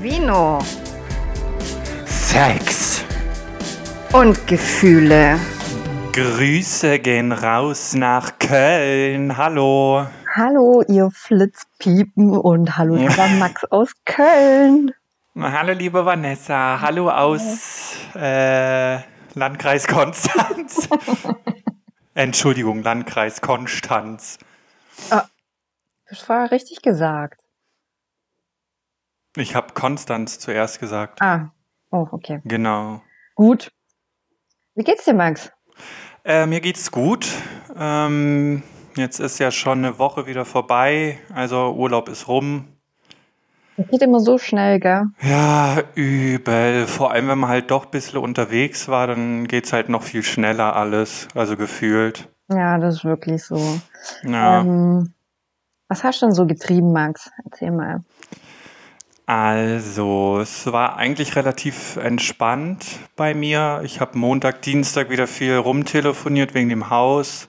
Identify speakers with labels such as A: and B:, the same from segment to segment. A: Vino
B: Sex.
A: und Gefühle.
B: Grüße gehen raus nach Köln. Hallo.
C: Hallo, ihr Flitzpiepen und hallo, lieber Max aus Köln.
B: Hallo, liebe Vanessa. Hallo aus äh, Landkreis Konstanz. Entschuldigung, Landkreis Konstanz.
C: Das war richtig gesagt.
B: Ich habe Konstanz zuerst gesagt.
C: Ah, oh, okay.
B: Genau.
C: Gut. Wie geht's dir, Max?
B: Äh, mir geht's gut. Ähm, jetzt ist ja schon eine Woche wieder vorbei. Also Urlaub ist rum.
C: Das geht immer so schnell, gell?
B: Ja, übel. Vor allem, wenn man halt doch ein bisschen unterwegs war, dann geht's halt noch viel schneller alles, also gefühlt.
C: Ja, das ist wirklich so.
B: Ja.
C: Ähm, was hast du denn so getrieben, Max? Erzähl mal.
B: Also, es war eigentlich relativ entspannt bei mir. Ich habe Montag, Dienstag wieder viel rumtelefoniert wegen dem Haus.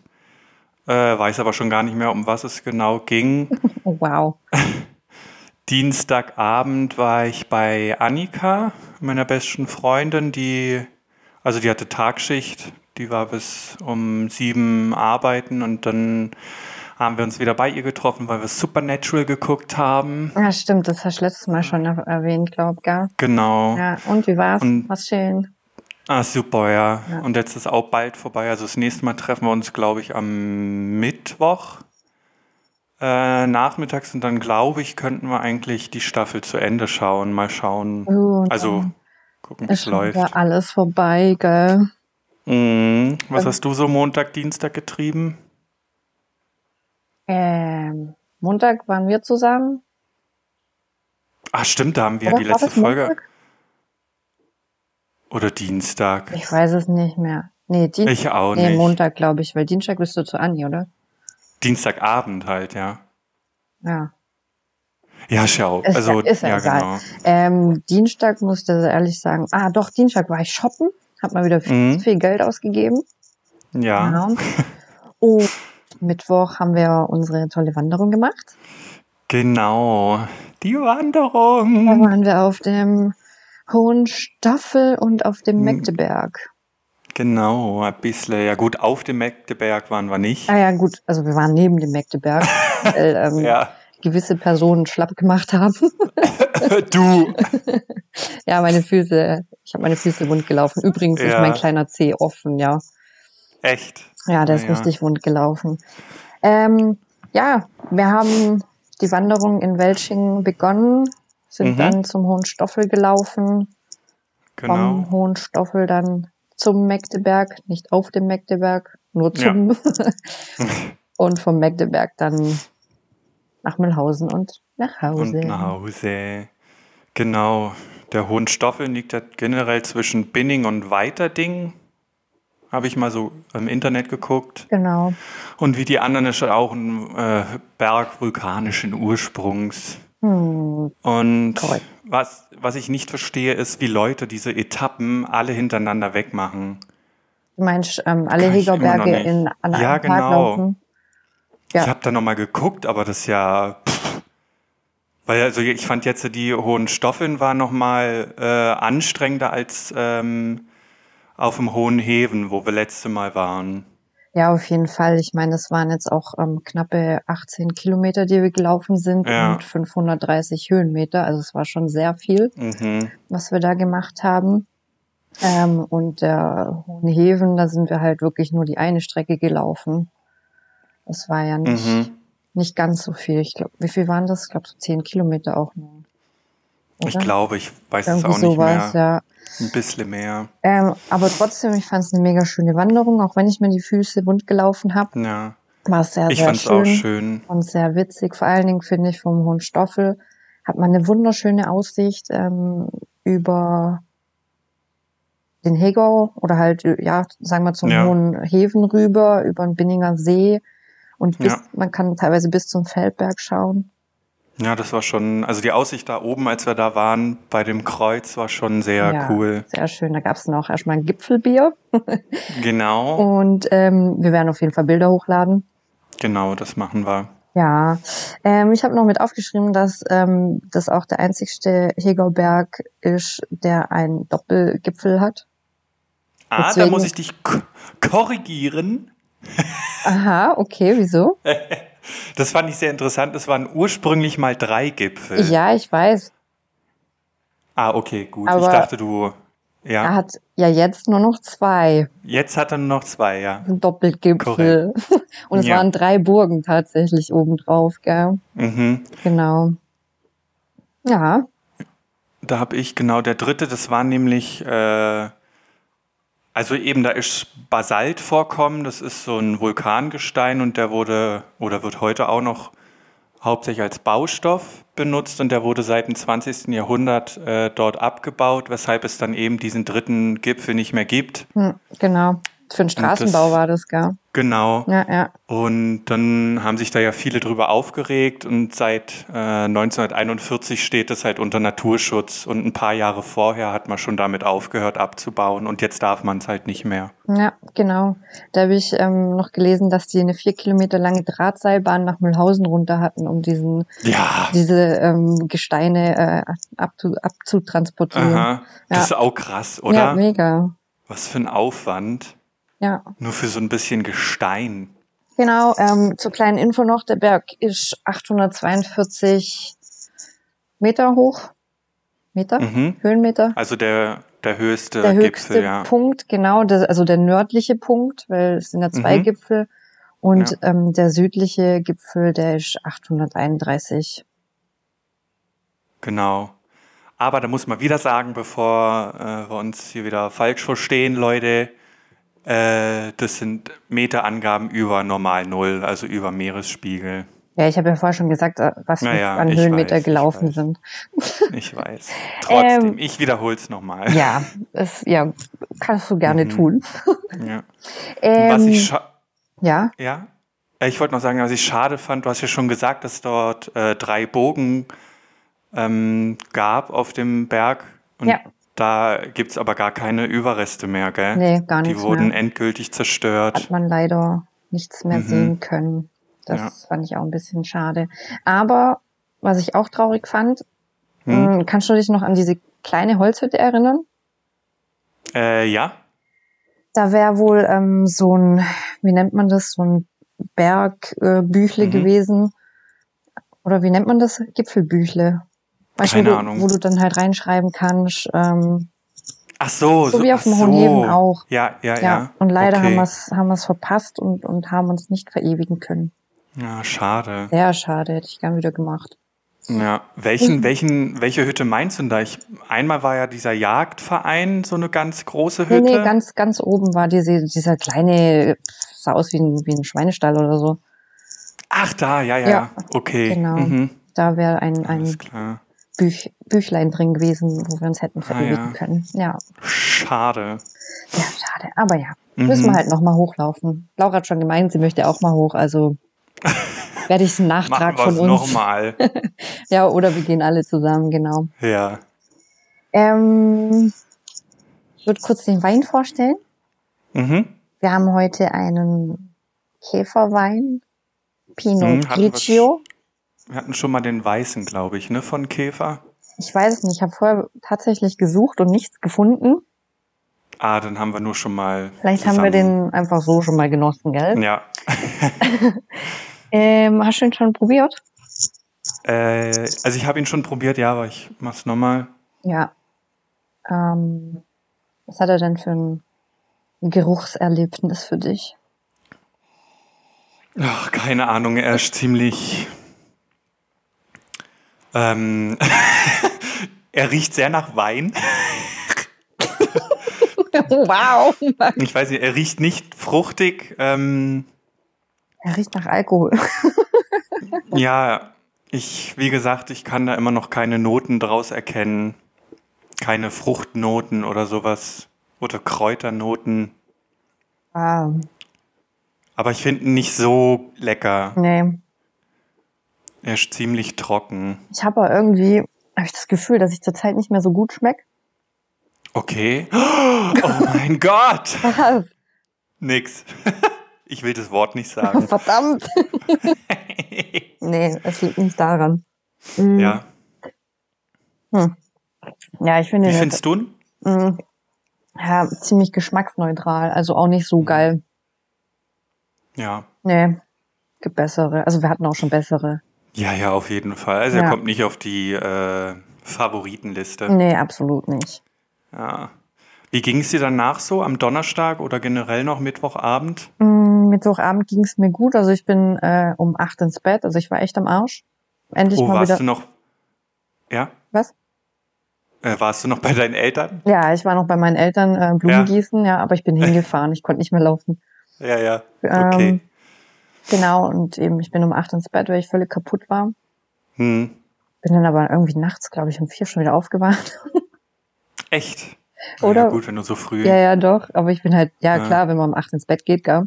B: Äh, weiß aber schon gar nicht mehr, um was es genau ging.
C: Oh, wow.
B: Dienstagabend war ich bei Annika, meiner besten Freundin, die, also die hatte Tagschicht, die war bis um sieben arbeiten und dann haben wir uns wieder bei ihr getroffen, weil wir Supernatural geguckt haben.
C: Ja, stimmt, das hast du letztes Mal schon er- erwähnt, glaub, gell?
B: Genau.
C: Ja, und wie war's?
B: Und-
C: Was schön.
B: Ah, super, ja.
C: Ja.
B: Und jetzt ist auch bald vorbei. Also das nächste Mal treffen wir uns, glaube ich, am Mittwoch. Äh, nachmittags und dann glaube ich, könnten wir eigentlich die Staffel zu Ende schauen. Mal schauen.
C: Uh, und
B: Also
C: dann
B: gucken, wie
C: ist
B: es
C: schon
B: läuft.
C: wieder alles vorbei, gell?
B: Mhm. Was
C: Ähm.
B: hast du so Montag, Dienstag getrieben?
C: Ähm, Montag waren wir zusammen.
B: Ach, Ah, stimmt, da haben wir ja
C: Oder
B: die
C: war
B: letzte
C: das
B: Folge.
C: Montag?
B: Oder Dienstag.
C: Ich weiß es nicht mehr. Nee, Dienstag.
B: Ich auch
C: Nee,
B: nicht.
C: Montag, glaube ich, weil Dienstag bist du zu Anni, oder?
B: Dienstagabend halt, ja.
C: Ja.
B: Ja, schau.
C: Ist
B: also,
C: ja- ist ja
B: ja,
C: egal.
B: genau.
C: Ähm, Dienstag muss ich dir ehrlich sagen. Ah, doch, Dienstag war ich shoppen, hab mal wieder viel,
B: Mhm.
C: viel Geld ausgegeben.
B: Ja.
C: Genau. Und Mittwoch haben wir unsere tolle Wanderung gemacht.
B: Genau. Die
C: Da
B: Wanderung.
C: waren wir auf dem Hohen Staffel und auf dem
B: Mhm.
C: Magdeberg.
B: Genau, ein bisschen. Ja, gut, auf dem Magdeberg waren wir nicht.
C: Ah ja, gut, also wir waren neben dem Magdeberg, weil ähm,
B: Ja.
C: gewisse Personen schlapp gemacht haben.
B: Du.
C: Ja, meine Füße, ich habe meine Füße wund gelaufen. Übrigens ist
B: Ja.
C: mein kleiner Zeh offen, ja.
B: Echt.
C: Ja, der ist
B: Ah, ja.
C: richtig wund gelaufen. Ähm, ja, wir haben die Wanderung in Welchingen begonnen, sind
B: Mhm.
C: dann zum Hohenstoffel gelaufen,
B: Genau.
C: vom Hohenstoffel dann zum Magdeberg, nicht auf dem Magdeberg, nur zum. und vom Magdeberg dann nach Mühlhausen und nach Hause.
B: Und nach Hause. Genau. Der Hohenstoffeln liegt ja generell zwischen Binning und Weiterding. Habe ich mal so im Internet geguckt.
C: Genau.
B: Und wie die anderen ist er auch ein äh, Berg vulkanischen Ursprungs.
C: Hm,
B: Und
C: Korrekt.
B: was, was ich nicht verstehe, ist, wie Leute diese Etappen alle hintereinander wegmachen.
C: Du meinst, ähm, alle
B: Kann ich immer noch
C: Hegerberge
B: nicht.
C: in, an einem
B: Ja,
C: Tag
B: genau.
C: laufen? Ja.
B: Ich habe da nochmal geguckt, aber das ist ja. Pff, weil also ich fand jetzt die hohen Stoffeln waren nochmal äh, anstrengender als ähm, auf dem hohen Heven, wo wir letzte Mal waren.
C: Ja, auf jeden Fall. Ich meine, es waren jetzt auch ähm, knappe 18 Kilometer, die wir gelaufen sind
B: Ja.
C: und 530 Höhenmeter. Also es war schon sehr viel,
B: Mhm.
C: was wir da gemacht haben. Ähm, und der Hohenheven, da sind wir halt wirklich nur die eine Strecke gelaufen. Das war ja nicht,
B: Mhm.
C: nicht ganz so viel. Ich glaube, wie viel waren das? Ich glaube, so 10 Kilometer auch nur.
B: Ich
C: oder?
B: glaube, ich weiß es
C: Irgendwie
B: auch nicht
C: sowas,
B: mehr.
C: ja.
B: Ein bisschen mehr.
C: Ähm, aber trotzdem, ich fand es eine mega schöne Wanderung, auch wenn ich mir die Füße wund gelaufen habe.
B: Ja.
C: War es sehr,
B: Ich
C: sehr
B: fand es
C: schön,
B: auch schön.
C: und sehr witzig. Vor allen Dingen finde ich vom Hohen Stoffel hat man eine wunderschöne Aussicht ähm, über den Hegau oder halt, ja, sagen wir zum
B: Ja.
C: Hohen Heven rüber, über den Binninger See. Und bis,
B: Ja.
C: man kann teilweise bis zum Feldberg schauen.
B: Ja, das war schon, also die Aussicht da oben, als wir da waren, bei dem Kreuz war schon sehr
C: Ja.
B: cool.
C: Sehr schön. Da gab es dann auch erstmal ein Gipfelbier.
B: Genau,
C: Oh. Und ähm, wir werden auf jeden Fall Bilder hochladen.
B: genau, das machen wir.
C: Ja, ähm, ich habe noch mit aufgeschrieben, dass ähm, das auch der einzigste Hegauberg ist, der einen Doppelgipfel hat.
B: Ah, da
C: Deswegen-
B: muss ich dich k- korrigieren.
C: Aha, okay, wieso?
B: Das fand ich sehr interessant. Es waren ursprünglich mal drei Gipfel.
C: Ja, ich weiß.
B: Ah, okay, gut. ich
C: Aber- Ah.
B: dachte, du. Ja.
C: Er hat ja jetzt nur noch zwei
B: Jetzt hat er nur noch zwei, ja.
C: Doppelgipfel. Und es
B: Ja.
C: waren drei Burgen tatsächlich obendrauf, gell?
B: Mhm.
C: Genau. Ja,
B: Da habe ich genau der dritte, das war nämlich, äh, also eben da ist Basalt vorkommen, das ist so ein Vulkangestein und der wurde oder wird heute auch noch hauptsächlich als Baustoff benutzt und der wurde seit dem 20. Jahrhundert äh, dort abgebaut, weshalb es dann eben diesen dritten Gipfel nicht mehr gibt.
C: hm, genau. Für den Straßenbau
B: das-
C: war das, gell?
B: Genau.
C: Ja, ja.
B: Und dann haben sich da ja viele drüber aufgeregt und seit äh, 1941 steht es halt unter Naturschutz und ein paar Jahre vorher hat man schon damit aufgehört abzubauen und jetzt darf man es halt nicht mehr.
C: Ja, genau. Da habe ich ähm, noch gelesen, dass die eine vier Kilometer lange Drahtseilbahn nach Mühlhausen runter hatten, um diesen,
B: Ja.
C: diese ähm, Gesteine äh, abzu, abzutransportieren.
B: Aha. Das
C: Ja.
B: ist auch krass,
C: Ja,
B: oder?
C: mega.
B: Was für ein Aufwand.
C: Ja.
B: Nur für so ein bisschen Gestein.
C: Genau, ähm, zur kleinen Info noch, der Berg ist 842 Meter hoch. Meter?
B: Mhm.
C: Höhenmeter?
B: Also der, der höchste
C: der höchste
B: Gipfel, ja.
C: Punkt, genau, das, also der nördliche Punkt, weil es sind ja zwei
B: Mhm.
C: Gipfel. Und ähm, der südliche Gipfel, der ist 831.
B: Genau. Aber da muss man wieder sagen, bevor äh, wir uns hier wieder falsch verstehen, Leute, äh, das sind Meterangaben über Normal Null, also über Meeresspiegel.
C: Ja, ich habe ja vorher schon gesagt, äh, was wir
B: Naja,
C: an
B: ich
C: Höhenmeter
B: weiß, ich
C: gelaufen
B: weiß.
C: sind.
B: Ich weiß. Trotzdem,
C: Ähm.
B: ich wiederhole es nochmal.
C: Ja, das, ja, kannst du gerne
B: Mhm.
C: tun.
B: Ja.
C: Ähm,
B: Was ich scha
C: ja,
B: ja? Äh, Ich wollte noch sagen, was ich schade fand, du hast ja schon gesagt, dass dort äh, drei Bogen ähm, gab auf dem Berg. Und
C: Ja.
B: da gibt es aber gar keine Überreste mehr, gell?
C: nee, gar
B: Die
C: nichts mehr.
B: wurden endgültig zerstört.
C: hat man leider nichts mehr
B: Mhm.
C: sehen können. Das
B: Ja.
C: fand ich auch ein bisschen schade. Aber was ich auch traurig fand,
B: Hm?
C: mh, kannst du dich noch an diese kleine Holzhütte erinnern?
B: Äh, ja.
C: Da wäre wohl ähm, so ein, wie nennt man das, so ein Bergbüchle äh, Büchle
B: Mhm.
C: gewesen. Oder wie nennt man das? Gipfelbüchle. Weißt du,
B: Keine
C: wo, du-
B: Ahnung.
C: wo du dann halt reinschreiben kannst. Ähm,
B: Ach Oh, so.
C: So wie auf dem
B: ach
C: Hohenheben auch.
B: Ja, ja, ja.
C: ja. Und leider
B: okay.
C: haben wir es haben wir's verpasst und, und haben uns nicht verewigen können.
B: Ja, schade.
C: Sehr schade, hätte ich gern wieder gemacht.
B: Ja.
C: Mhm.
B: Welchen, welchen, welche Hütte meinst du denn da? Ich, einmal war ja dieser Jagdverein so eine ganz große
C: Nee,
B: Hütte.
C: nee, ganz, ganz oben war diese, dieser kleine, sah aus wie ein, wie ein Schweinestall oder so.
B: Ach, da, ja, ja,
C: Ja,
B: ja. Okay.
C: genau.
B: Mhm.
C: Da wäre ein,
B: Alles
C: ein
B: klar.
C: Büch, Büchlein drin gewesen, wo wir uns hätten
B: Ah, ja.
C: verewigen können. Ja,
B: Schade.
C: ja, schade. Aber ja,
B: Mhm.
C: müssen wir halt nochmal hochlaufen. Laura hat schon gemeint, sie möchte auch mal hoch, also werde ich einen
B: Machen
C: Nachtrag
B: wir
C: von
B: es
C: uns.
B: nochmal.
C: Ja, oder wir gehen alle zusammen, genau.
B: ja.
C: Ähm, ich würde kurz den Wein vorstellen.
B: Mhm.
C: Wir haben heute einen Käferwein, Pinot
B: Hm, hatten wir
C: Grigio.
B: Wir hatten schon mal den Weißen, glaube ich, ne, von Käfer.
C: Ich weiß es nicht. Ich habe vorher tatsächlich gesucht und nichts gefunden.
B: Ah, dann haben wir nur schon mal.
C: Vielleicht haben wir den einfach so schon mal genossen, gell?
B: den. Ja,
C: Ähm, hast du ihn schon probiert?
B: Äh, also ich habe ihn schon probiert, ja, aber ich mach's nochmal.
C: Ja. Ähm, was hat er denn für ein Geruchserlebnis für dich?
B: Ach, keine Ahnung, er ist ziemlich. Ähm, er riecht sehr nach Wein.
C: wow!
B: Ich weiß nicht, er riecht nicht fruchtig. Ähm,
C: Er riecht nach Alkohol.
B: ja, ich, wie gesagt, ich kann da immer noch keine Noten draus erkennen. Keine Fruchtnoten oder sowas. Oder Kräuternoten.
C: Ah,
B: Aber ich finde ihn nicht so lecker.
C: nee.
B: Er ist ziemlich trocken.
C: Ich habe aber irgendwie, habe ich das Gefühl, dass ich zurzeit nicht mehr so gut schmecke.
B: Okay. Oh mein Gott!
C: Was?
B: Nix. Ich will das Wort nicht sagen.
C: Verdammt. nee, es liegt nicht daran. Mhm.
B: ja.
C: Hm. Ja, ich finde
B: Wie
C: den
B: findest du ihn?
C: Mm. Ja, ziemlich geschmacksneutral, also auch nicht so geil.
B: Ja.
C: Nee, gibt bessere. Also wir hatten auch schon bessere.
B: Ja, ja, auf jeden Fall. Also
C: Ja. Mhm.
B: er kommt nicht auf die äh, Favoritenliste.
C: Nee, absolut nicht.
B: Ja. Wie ging es dir danach so am Donnerstag oder generell noch Mittwochabend?
C: Mm, Mittwochabend ging es mir gut, also ich bin äh, um acht ins Bett, also ich war echt am Arsch. Endlich
B: oh,
C: mal
B: warst
C: wieder.
B: du noch? Ja.
C: Was?
B: Äh, warst du noch bei deinen Eltern?
C: Ja, ich war noch bei meinen Eltern äh, Blumen
B: Ja.
C: gießen, ja, aber ich bin hingefahren, ich konnte nicht mehr laufen.
B: Ja, ja.
C: Ähm,
B: Okay.
C: Genau, und eben, ich bin um acht ins Bett, weil ich völlig kaputt war.
B: Hm.
C: Bin dann aber irgendwie nachts, glaube ich, um vier schon wieder aufgewacht.
B: Echt?
C: Oder-
B: Ja, gut, wenn du so früh.
C: Ja, ja, doch. Aber ich bin halt, ja,
B: Mhm. Ja.
C: klar, wenn man um acht ins Bett geht, gell?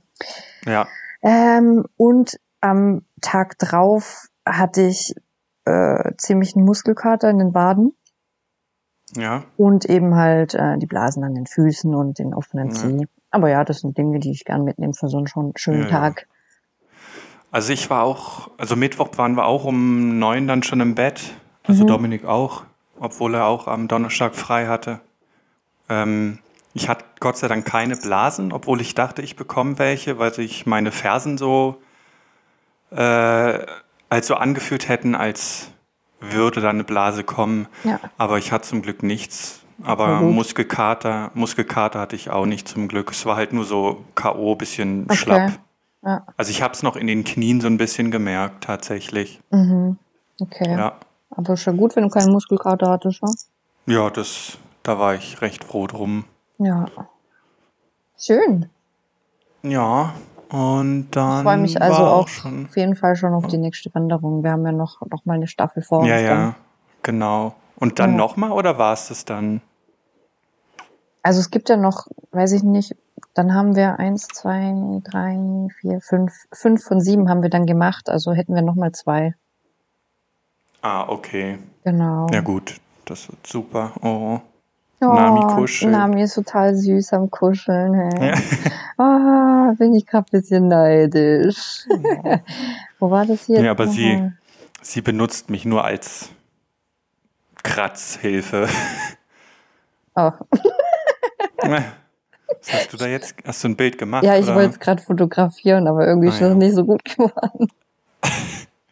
B: ja.
C: Ähm, und am Tag drauf hatte ich äh, ziemlich einen Muskelkater in den Waden
B: ja.
C: und eben halt äh, die Blasen an den Füßen und den offenen
B: Ja.
C: Zeh. Aber ja, das sind Dinge, die ich gern mitnehme für so einen schon schönen
B: Ja, ja.
C: Tag.
B: Also ich war auch, also Mittwoch waren wir auch um neun dann schon im Bett. Also
C: Mhm.
B: Dominik auch, obwohl er auch am Donnerstag frei hatte. Ähm, ich hatte Gott sei Dank keine Blasen, obwohl ich dachte, ich bekomme welche, weil sich meine Fersen so äh, als so angefühlt hätten, als würde da eine Blase kommen.
C: Ja.
B: Aber ich hatte zum Glück nichts. Aber
C: Na gut.
B: Muskelkater, Muskelkater hatte ich auch nicht zum Glück. Es war halt nur so K.O., bisschen
C: Okay.
B: schlapp.
C: Ja.
B: Also ich habe es noch in den Knien so ein bisschen gemerkt, tatsächlich.
C: Mhm. Okay.
B: Ja.
C: Aber schon gut, wenn du keinen Muskelkater hattest, ne?
B: Ja, das, da war ich recht froh drum.
C: Ja. Schön.
B: Ja, und dann
C: Ich freue mich also
B: war
C: auch
B: schon.
C: auf jeden Fall schon auf die nächste Wanderung. Wir haben ja noch, noch mal eine Staffel vor
B: Ja,
C: uns. dann.
B: ja, genau. Und dann
C: Ja.
B: nochmal oder war es das dann?
C: Also es gibt ja noch, weiß ich nicht, dann haben wir eins, zwei, drei, vier, fünf, fünf von sieben haben wir dann gemacht. Also hätten wir noch mal zwei.
B: Ah, okay.
C: Genau.
B: Ja gut, das wird super. Oh.
C: Oh,
B: Nami kuschelt.
C: Nami ist total süß am Kuscheln. Hey.
B: Ja.
C: Ah, bin ich gerade ein bisschen neidisch. Wo war das hier?
B: Ja, aber sie-
C: nochmal?
B: Sie benutzt mich nur als Kratzhilfe.
C: Oh.
B: Was hast du da jetzt? Hast du ein Bild gemacht?
C: Ja, ich
B: oder?
C: wollte es gerade fotografieren, aber irgendwie ist
B: Ah,
C: das
B: ja.
C: nicht so gut geworden.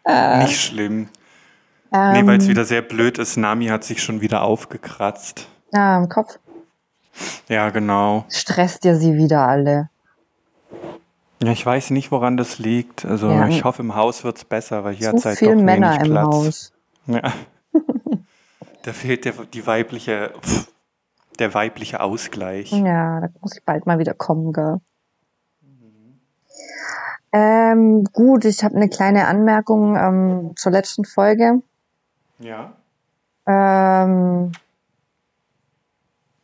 C: äh,
B: Nicht schlimm.
C: ähm,
B: Nee, weil es wieder sehr blöd ist. Nami hat sich schon wieder aufgekratzt.
C: Ja, im Kopf
B: Ja, genau.
C: stresst ja sie wieder alle.
B: Ja, ich weiß nicht, woran das liegt. Also
C: Ja.
B: ich hoffe, im Haus wird's besser, weil hier
C: Zu
B: hat's halt
C: viele
B: doch
C: Männer
B: wenig
C: im
B: Platz.
C: Haus.
B: Ja. da fehlt der, die weibliche, pff, der weibliche Ausgleich.
C: Ja, da muss ich bald mal wieder kommen, gell?
B: Mhm.
C: Ähm, gut, ich habe eine kleine Anmerkung ähm, zur letzten Folge.
B: Ja.
C: Ähm,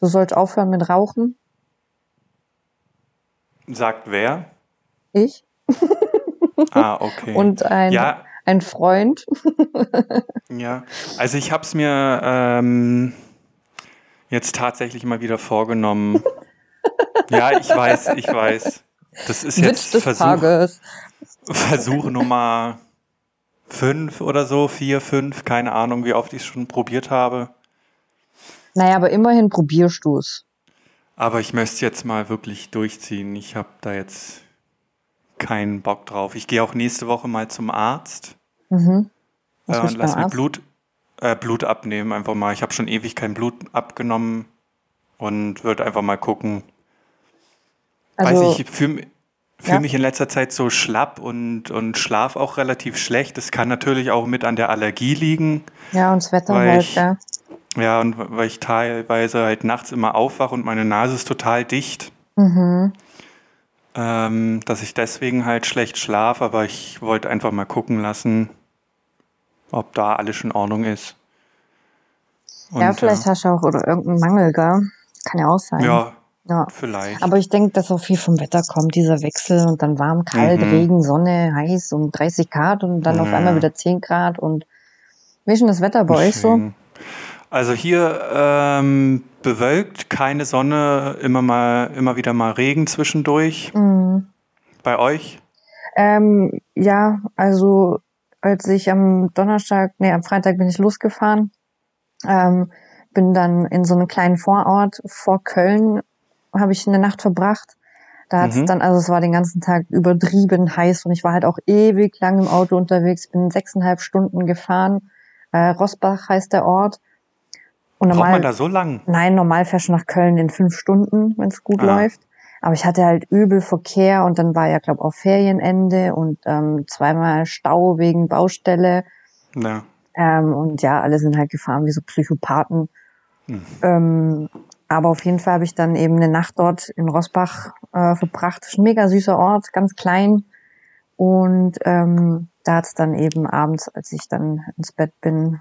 C: du sollst aufhören mit Rauchen.
B: Sagt wer?
C: Ich
B: Ah, okay.
C: und ein,
B: ja,
C: ein Freund.
B: Ja, also ich hab's mir ähm, jetzt tatsächlich mal wieder vorgenommen. ja, ich weiß, ich weiß. Das ist
C: Witz
B: jetzt
C: des
B: Versuch,
C: Tages.
B: Versuch Nummer fünf oder so, vier, fünf, keine Ahnung, wie oft ich schon probiert habe.
C: Naja, aber immerhin probierst du es.
B: Aber ich möchte jetzt mal wirklich durchziehen. Ich hab da jetzt keinen Bock drauf. Ich gehe auch nächste Woche mal zum Arzt
C: Mhm. Was willst
B: äh, und
C: du
B: lass
C: beim
B: mir
C: Arzt?
B: Blut, äh, Blut abnehmen einfach mal. Ich habe schon ewig kein Blut abgenommen und würde einfach mal gucken.
C: Also,
B: Weiß ich, ich fühle fühl
C: Ja.
B: mich in letzter Zeit so schlapp und, und schlaf auch relativ schlecht. Das kann natürlich auch mit an der Allergie liegen.
C: ja, und das Wetter
B: weil
C: halt,
B: ich-
C: gell?
B: Ja, und weil ich teilweise halt nachts immer aufwache und meine Nase ist total dicht,
C: Mhm.
B: ähm, dass ich deswegen halt schlecht schlaf, aber ich wollte einfach mal gucken lassen, ob da alles in Ordnung ist. Und,
C: ja, vielleicht hast du auch oder irgendeinen Mangel, gell? Kann ja auch sein.
B: äh, ja,
C: ja.
B: vielleicht.
C: Aber ich denke, dass auch viel vom Wetter kommt, dieser Wechsel und dann warm, kalt,
B: Mhm.
C: Regen, Sonne, heiß und 30 Grad und dann auf
B: Ja.
C: einmal wieder 10 Grad und wie ist denn das Wetter bei euch so?
B: Deswegen. Also hier ähm, bewölkt, keine Sonne, immer mal, immer wieder mal Regen zwischendurch.
C: Mhm.
B: bei euch?
C: Ähm, ja, also als ich am Donnerstag, nee, am Freitag bin ich losgefahren, ähm, bin dann in so einem kleinen Vorort vor Köln, habe ich eine Nacht verbracht. Da hat's
B: Mhm.
C: dann, also es war den ganzen Tag übertrieben heiß und ich war halt auch ewig lang im Auto unterwegs, bin sechseinhalb Stunden gefahren. Äh, Rosbach heißt der Ort. Und
B: Braucht
C: normal,
B: man da so lang?
C: nein, normal fährst du nach Köln in fünf Stunden, wenn es gut
B: Ah.
C: läuft. Aber ich hatte halt übel Verkehr und dann war ja, glaube auch Ferienende und ähm, zweimal Stau wegen Baustelle.
B: Ja.
C: Ähm, und ja, alle sind halt gefahren wie so Psychopathen.
B: Hm.
C: Ähm, aber auf jeden Fall habe ich dann eben eine Nacht dort in Rosbach äh, verbracht. Ist ein mega süßer Ort, ganz klein. Und ähm, da hat es dann eben abends, als ich dann ins Bett bin,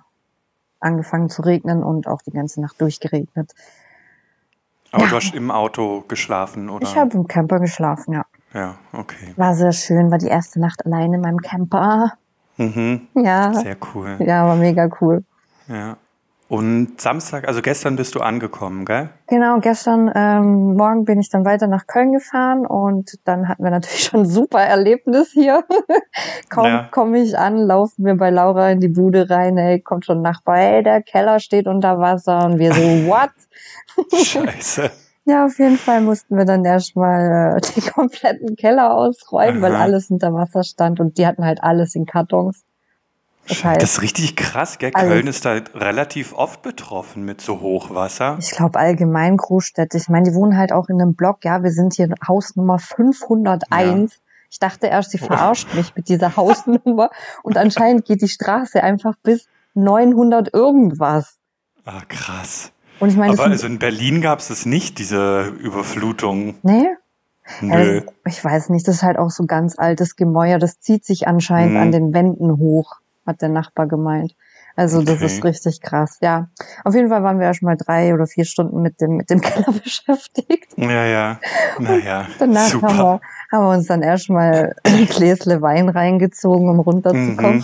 C: angefangen zu regnen und auch die ganze Nacht durchgeregnet.
B: Aber
C: Ja.
B: du hast im Auto geschlafen, oder?
C: Ich habe im Camper geschlafen, ja.
B: ja, okay.
C: War sehr schön, war die erste Nacht alleine in meinem Camper.
B: Mhm.
C: Ja,
B: Sehr cool.
C: ja, war mega cool.
B: Ja. Und Samstag, also gestern bist du angekommen, gell?
C: Genau, gestern ähm, Morgen bin ich dann weiter nach Köln gefahren und dann hatten wir natürlich schon ein super Erlebnis hier. Kaum
B: Ja.
C: komme ich an, laufen wir bei Laura in die Bude rein, ey, kommt schon ein Nachbar, ey, der Keller steht unter Wasser und wir so, what?
B: Scheiße.
C: Ja, auf jeden Fall mussten wir dann erstmal äh, den kompletten Keller ausräumen, weil
B: Aha.
C: alles unter Wasser stand und die hatten halt alles in Kartons. Das
B: Scheiße. Das
C: heißt,
B: ist richtig krass, gell?
C: Also-
B: Köln ist da relativ oft betroffen mit so Hochwasser.
C: ich glaube allgemein Großstädte, ich meine, die wohnen halt auch in einem Block, ja, wir sind hier Hausnummer 501. Ich dachte erst,
B: Oh.
C: sie verarscht mich mit dieser Hausnummer und anscheinend geht die Straße einfach bis 900 irgendwas.
B: Ah, krass.
C: Und ich meine, das
B: Aber
C: sind-
B: also in Berlin gab es das nicht, diese Überflutung.
C: nee,
B: Nö.
C: also, ich weiß nicht, das ist halt auch so ganz altes Gemäuer, das zieht sich anscheinend
B: Mhm.
C: an den Wänden hoch, hat der Nachbar gemeint. Also das
B: Okay.
C: ist richtig krass, ja. Auf jeden Fall waren wir erst mal drei oder vier Stunden mit dem, mit dem Keller beschäftigt.
B: Ja, ja. Naja.
C: Also Danach
B: Super.
C: haben wir, haben wir uns dann erstmal ein Gläsle Wein reingezogen, um runterzukommen.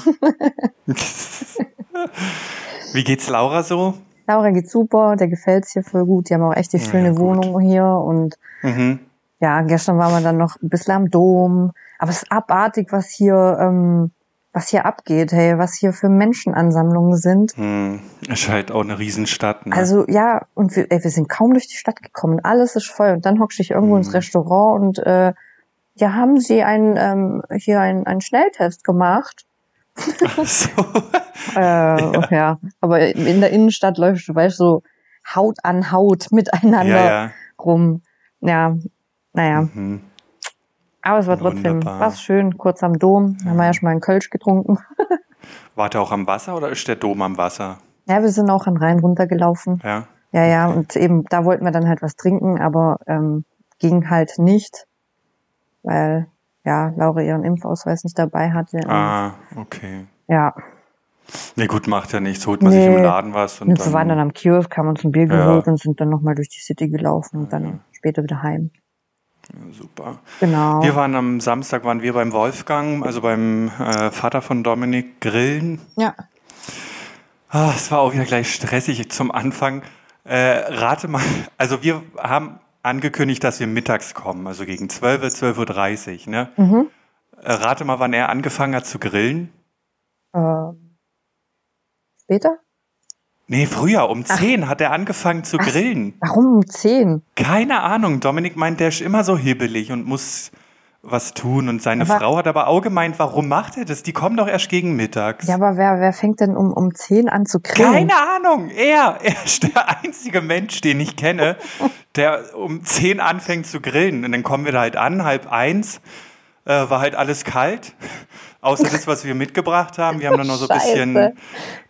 B: Mhm. Wie geht's Laura so?
C: Laura geht super, der gefällt's hier voll gut. Die haben auch echt die
B: Ja,
C: schöne
B: gut.
C: Wohnung hier. Und
B: Mhm.
C: ja, gestern waren wir dann noch ein bisschen am Dom. Aber es ist abartig, was hier, ähm, was hier abgeht, hey, was hier für Menschenansammlungen sind.
B: Hm. Ist halt auch eine Riesenstadt. Ne?
C: Also ja, und wir, ey, wir sind kaum durch die Stadt gekommen. Alles ist voll. Und dann hockst du dich irgendwo ins
B: Mhm.
C: Restaurant und äh, ja, haben sie einen, ähm, hier einen, einen Schnelltest gemacht.
B: so.
C: Äh, ja. aber in der Innenstadt läufst du, weißt du, so Haut an Haut
B: Ja,
C: miteinander
B: ja.
C: rum. Ja, naja.
B: Mhm.
C: Aber es war trotzdem
B: Wunderbar.
C: was schön, kurz am Dom. Da haben wir ja schon mal einen Kölsch getrunken.
B: Wart ihr auch am Wasser oder ist der Dom am Wasser?
C: Ja, wir sind auch an Rhein runtergelaufen.
B: Ja.
C: Ja, ja, und eben da wollten wir dann halt was trinken, aber ähm, ging halt nicht, weil ja, Laura ihren Impfausweis nicht dabei hatte.
B: Ah, okay.
C: Ja,
B: Nee, gut, macht ja nichts. Holt man sich
C: Nee.
B: im Laden was und,
C: und wir waren dann am Kiosk, haben uns ein Bier
B: Ja.
C: geholt und sind dann nochmal durch die City gelaufen und dann
B: Ja.
C: später wieder heim.
B: Super.
C: Genau.
B: Wir waren am Samstag waren wir beim Wolfgang, also beim äh, Vater von Dominik, grillen.
C: Ja.
B: Ah, es war auch wieder gleich stressig zum Anfang. Äh, rate mal, also wir haben angekündigt, dass wir mittags kommen, also gegen 12, 12.30 Uhr. Ne?
C: Mhm.
B: Äh, rate mal, wann er angefangen hat zu grillen.
C: Ähm, später?
B: Nee, früher, um 10 hat er angefangen zu grillen.
C: Warum um 10?
B: Keine Ahnung, Dominik meint, der ist immer so hibbelig und muss was tun. Und seine
C: Aber-
B: Frau hat aber auch gemeint, warum macht er das? Die kommen doch erst gegen mittags.
C: Ja, aber wer, wer fängt denn um, um 10 an zu grillen?
B: Keine Ahnung, er, er ist der einzige Mensch, den ich kenne, der um 10 anfängt zu grillen. Und dann kommen wir da halt an, halb eins, äh, war halt alles kalt, außer das, was wir mitgebracht haben. Wir haben dann noch so ein
C: Scheiße.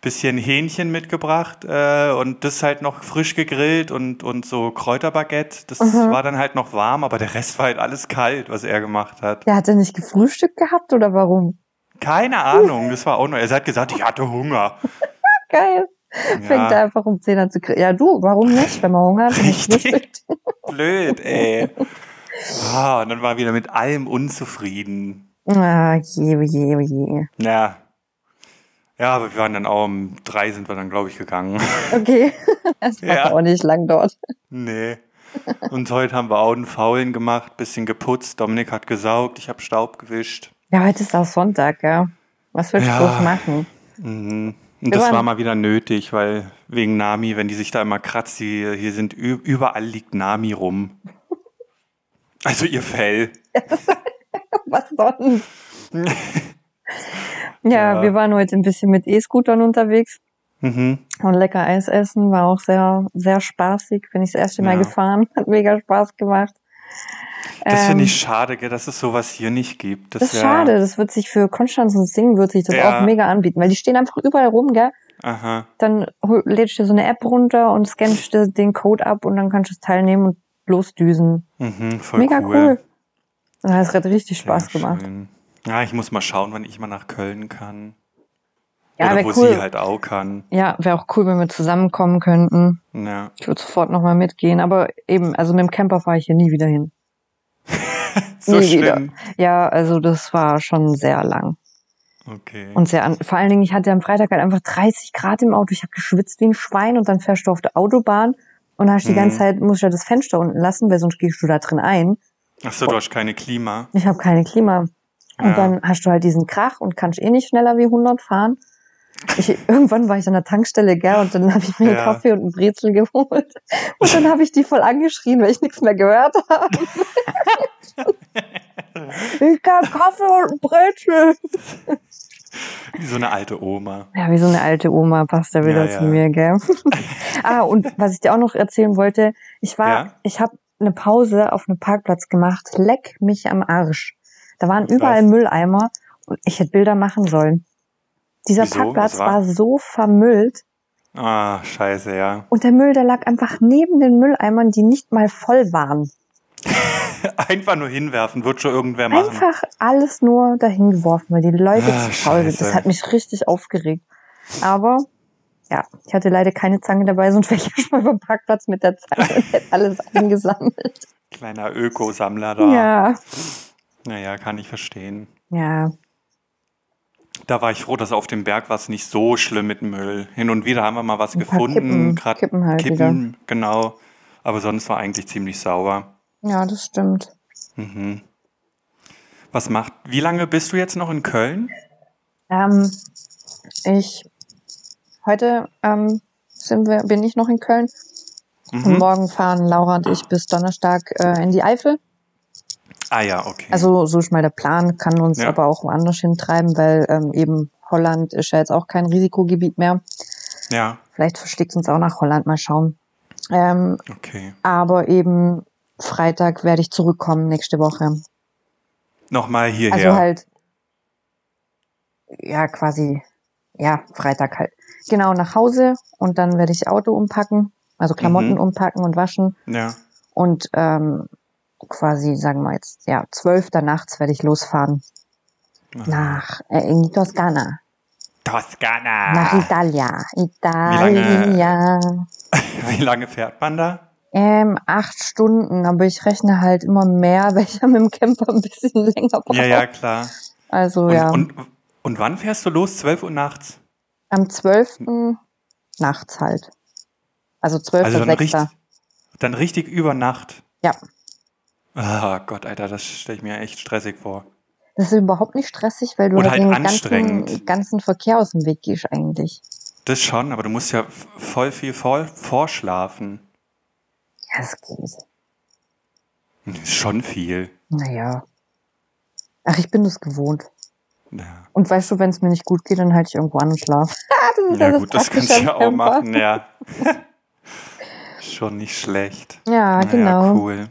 B: bisschen, bisschen Hähnchen mitgebracht äh, und das halt noch frisch gegrillt und, und so Kräuterbaguette. Das war dann halt noch warm, aber der Rest war halt alles kalt, was er gemacht hat.
C: Der hat ja nicht gefrühstückt gehabt oder warum?
B: Keine Ahnung, das war auch noch. Er hat gesagt, ich hatte Hunger.
C: Geil. Fängt er einfach um 10 an zu grillen. Ja, du, warum nicht, wenn man Hunger hat? und nicht
B: Richtig.
C: frühstückt?
B: Blöd, ey. Ah, und dann war er wieder mit allem unzufrieden.
C: Ah, je, je, je.
B: Ja. Ja, aber wir waren dann auch um drei sind wir dann, glaube ich, gegangen.
C: Okay. Es war
B: Ja.
C: auch nicht lang dort.
B: nee. Und heute haben wir auch einen Faulen gemacht, bisschen geputzt. Dominik hat gesaugt, ich habe Staub gewischt.
C: Ja, heute ist auch Sonntag, ja. Was willst
B: Ja.
C: du bloß machen?
B: Mhm. Und
C: Wir
B: das
C: waren-
B: war mal wieder nötig, weil wegen Nami, wenn die sich da immer kratzt, die, hier sind ü- überall liegt Nami rum. Also ihr Fell.
C: Was sonst? ja,
B: Ja.
C: wir waren heute ein bisschen mit E-Scootern unterwegs
B: Mhm.
C: und lecker Eis essen. War auch sehr, sehr spaßig. Bin ich das erste Mal
B: Ja.
C: gefahren. Hat mega Spaß gemacht.
B: Das
C: Ähm,
B: finde ich schade, gell, dass es sowas hier nicht gibt.
C: Das ist
B: wär-
C: schade, das wird sich für Konstanz und Singen wird sich das
B: Ja.
C: auch mega anbieten, weil die stehen einfach überall rum, gell?
B: Aha.
C: Dann hol- lädst du dir so eine App runter und scannst dir den Code ab und dann kannst du es teilnehmen und losdüsen.
B: Mhm, voll
C: mega cool.
B: cool.
C: Und das hat richtig
B: Sehr
C: Spaß gemacht.
B: schön. Ja, ich muss mal schauen, wann ich mal nach Köln kann.
C: Ja,
B: Oder
C: wäre
B: wo
C: cool.
B: sie halt auch kann.
C: Ja, wäre auch cool, wenn wir zusammenkommen könnten.
B: Ja.
C: Ich würde sofort nochmal mitgehen, aber eben, also mit dem Camper fahre ich hier nie wieder hin.
B: So
C: Nie wieder.
B: schlimm.
C: Ja, also das war schon sehr lang
B: Okay.
C: und sehr an. Vor allen Dingen, ich hatte am Freitag halt einfach 30 Grad im Auto. Ich habe geschwitzt wie ein Schwein und dann fährst du auf der Autobahn und hast die
B: Mhm.
C: ganze Zeit, muss ich ja das Fenster unten lassen, weil sonst gehst du da drin ein.
B: Achso, du hast keine Klima.
C: Ich habe keine Klima. Und
B: Ja.
C: dann hast du halt diesen Krach und kannst eh nicht schneller wie 100 fahren. Ich, irgendwann war ich an der Tankstelle, gell, und dann habe ich mir
B: Ja.
C: einen Kaffee und einen Brezel geholt. Und dann habe ich die voll angeschrien, weil ich nichts mehr gehört habe. ich kann Kaffee und einen Brezel.
B: Wie so eine alte Oma.
C: Ja, wie so eine alte Oma passt er wieder
B: Ja, ja.
C: zu mir, gell? ah, und was ich dir auch noch erzählen wollte, ich war,
B: Ja?
C: ich habe eine Pause auf einem Parkplatz gemacht, leck mich am Arsch. Da waren überall
B: Was?
C: Mülleimer und ich hätte Bilder machen sollen. Dieser
B: Wieso?
C: Parkplatz
B: Was war?
C: war so vermüllt
B: Ah, scheiße, ja.
C: und der Müll, der lag einfach neben den Mülleimern, die nicht mal voll waren.
B: Einfach nur hinwerfen, wird schon irgendwer machen.
C: Einfach alles nur dahin geworfen, weil die Leute
B: Ah,
C: zu faul sind.
B: scheiße.
C: Das hat mich richtig aufgeregt. Aber ja, ich hatte leider keine Zange dabei, sonst wäre ich schon mal beim Parkplatz mit der Zange und hätte alles eingesammelt.
B: Kleiner Ökosammler da.
C: Ja.
B: Naja, kann ich verstehen.
C: Ja.
B: Da war ich froh, dass auf dem Berg war es nicht so schlimm mit dem Müll. Hin und wieder haben wir mal was
C: Ein paar
B: gefunden.
C: Kippen-
B: Grad
C: Kippen halt
B: genau. Aber sonst war eigentlich ziemlich sauber.
C: Ja, das stimmt.
B: Mhm. Was macht, wie lange bist du jetzt noch in Köln?
C: Ähm, ich heute ähm, sind wir, bin ich noch in Köln. Und
B: Mhm.
C: morgen fahren Laura und ich bis Donnerstag äh, in die Eifel.
B: Ah ja, okay.
C: Also so ist mal der Plan, kann uns
B: Ja.
C: aber auch woanders hintreiben, weil ähm, eben Holland ist ja jetzt auch kein Risikogebiet mehr.
B: ja,
C: Vielleicht versteckt uns auch nach Holland, mal schauen. Ähm,
B: okay.
C: aber eben Freitag werde ich zurückkommen nächste Woche.
B: Nochmal hierher.
C: Also halt, ja quasi, ja Freitag halt. Genau nach Hause und dann werde ich Auto umpacken, also Klamotten
B: Mhm.
C: umpacken und waschen
B: ja.
C: und ähm, quasi sagen wir jetzt ja zwölf Uhr nachts werde ich losfahren nach äh, in die Toskana, nach
B: Toskana.
C: Italia,
B: Ah. lange-
C: Italia.
B: Wie lange fährt man da?
C: Ähm, acht Stunden, aber ich rechne halt immer mehr, weil ich ja mit dem Camper ein bisschen länger brauche.
B: Ja, ja, klar.
C: Also
B: Und,
C: ja,
B: und, und wann fährst du los? 12 Uhr nachts?
C: am 12. nachts halt. Also 12.
B: Also dann richtig,
C: Sechster.
B: dann richtig über Nacht.
C: Ja.
B: Ah Gott, Alter, das stelle ich mir echt stressig vor.
C: Das ist überhaupt nicht stressig, weil du
B: Und
C: halt
B: halt
C: den ganzen,
B: anstrengend.
C: ganzen Verkehr aus dem Weg gehst eigentlich.
B: Das schon, aber du musst ja f- voll viel vor, vorschlafen.
C: Ja, das geht.
B: Das ist schon viel.
C: Naja. Ach, ich bin das gewohnt.
B: Ja,
C: Und weißt du, wenn es mir nicht gut geht, dann halte ich irgendwo an und schlafe. das ist
B: ja
C: das
B: gut, das
C: Praktische
B: kannst du
C: am
B: ja auch
C: Camper.
B: machen, ja. schon nicht schlecht.
C: Ja,
B: Naja,
C: genau.
B: cool.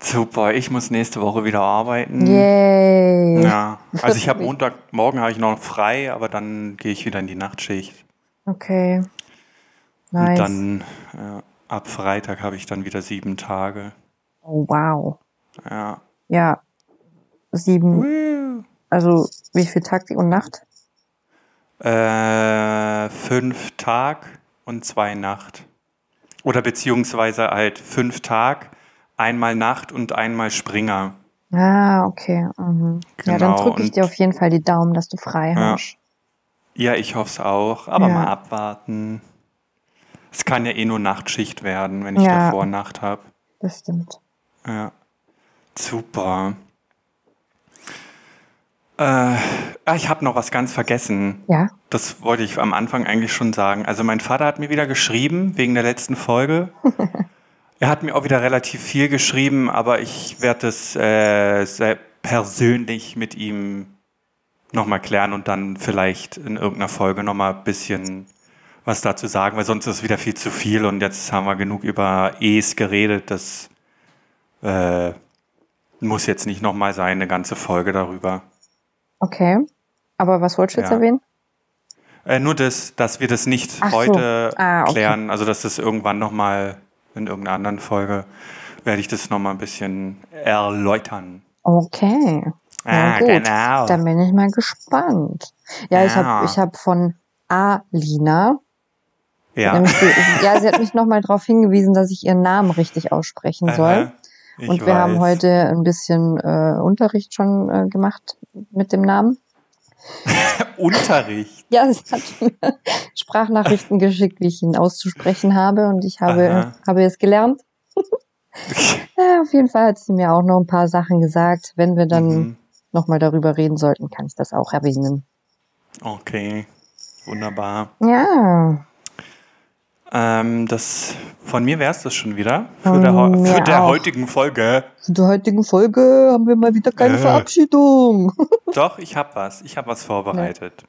B: Super, ich muss nächste Woche wieder arbeiten.
C: Yay.
B: Ja, also ich habe
C: Wirklich.
B: Montag, morgen habe ich noch frei, aber dann gehe ich wieder in die Nachtschicht.
C: Okay. Nice.
B: Und dann äh, ab Freitag habe ich dann wieder sieben Tage.
C: oh, wow.
B: Ja.
C: Ja. Sieben.
B: Woo.
C: Also, wie viel Tag und Nacht?
B: Äh, fünf Tag und zwei Nacht. Oder beziehungsweise halt fünf Tag, einmal Nacht und einmal Springer.
C: Ah, okay. Mhm. ja, dann
B: Genau,
C: drücke ich
B: und-
C: dir auf jeden Fall die Daumen, dass du frei
B: Ja.
C: hast.
B: Ja, ich hoffe es auch, aber
C: Ja.
B: mal abwarten. Es kann ja eh nur Nachtschicht werden, wenn ich
C: Ja.
B: davor Nacht habe.
C: das stimmt.
B: Ja. Super. Äh, ah, ich habe noch was ganz vergessen.
C: Ja,
B: Das wollte ich am Anfang eigentlich schon sagen. Also mein Vater hat mir wieder geschrieben wegen der letzten Folge. er hat mir auch wieder relativ viel geschrieben, aber ich werde es äh, sehr persönlich mit ihm nochmal klären und dann vielleicht in irgendeiner Folge nochmal ein bisschen was dazu sagen, weil sonst ist wieder viel zu viel und jetzt haben wir genug über E's geredet. Das äh, muss jetzt nicht nochmal sein, eine ganze Folge darüber.
C: okay. Aber was wolltest du jetzt
B: Ja.
C: erwähnen?
B: Äh, nur das, dass wir das nicht
C: Ach so.
B: heute
C: Ah, okay.
B: klären, also dass das irgendwann nochmal in irgendeiner anderen Folge werde ich das nochmal ein bisschen erläutern.
C: Okay. Na
B: Ah,
C: gut.
B: genau.
C: Dann bin ich mal gespannt. Ja, ich
B: Ja.
C: habe ich hab von Alina.
B: ja.
C: Nämlich die, ja, sie hat mich nochmal darauf hingewiesen, dass ich ihren Namen richtig aussprechen soll.
B: Aha. Äh, Ich
C: Und wir haben
B: weiß.
C: heute ein bisschen äh, Unterricht schon äh, gemacht mit dem Namen.
B: Unterricht.
C: Ja, sie hat mir Sprachnachrichten geschickt, wie ich ihn auszusprechen habe und ich habe,
B: Aha.
C: habe es gelernt. Ja, auf jeden Fall hat sie mir auch noch ein paar Sachen gesagt. Wenn wir dann
B: Mhm.
C: nochmal darüber reden sollten, kann ich das auch erwähnen.
B: Okay, wunderbar.
C: Ja,
B: Ähm, das, von mir wär's das schon wieder für,
C: Von
B: der, heu-
C: mir
B: für der
C: auch.
B: heutigen Folge.
C: zu der heutigen Folge haben wir mal wieder keine
B: Äh.
C: Verabschiedung.
B: Doch, ich hab was. Ich hab was vorbereitet.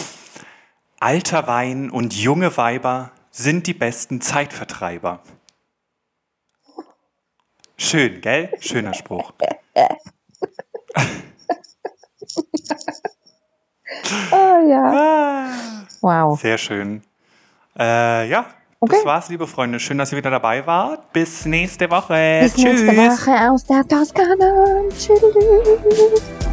B: Alter Wein und junge Weiber sind die besten Zeitvertreiber. Schön, gell? Schöner Spruch.
C: Ah, ja.
B: Ah,
C: Wow.
B: sehr schön. Äh, ja,
C: Okay.
B: das war's, liebe Freunde. Schön, dass ihr wieder dabei wart. Bis nächste Woche.
C: Bis
B: Tschüss.
C: nächste Woche aus der Toskana. Tschüss.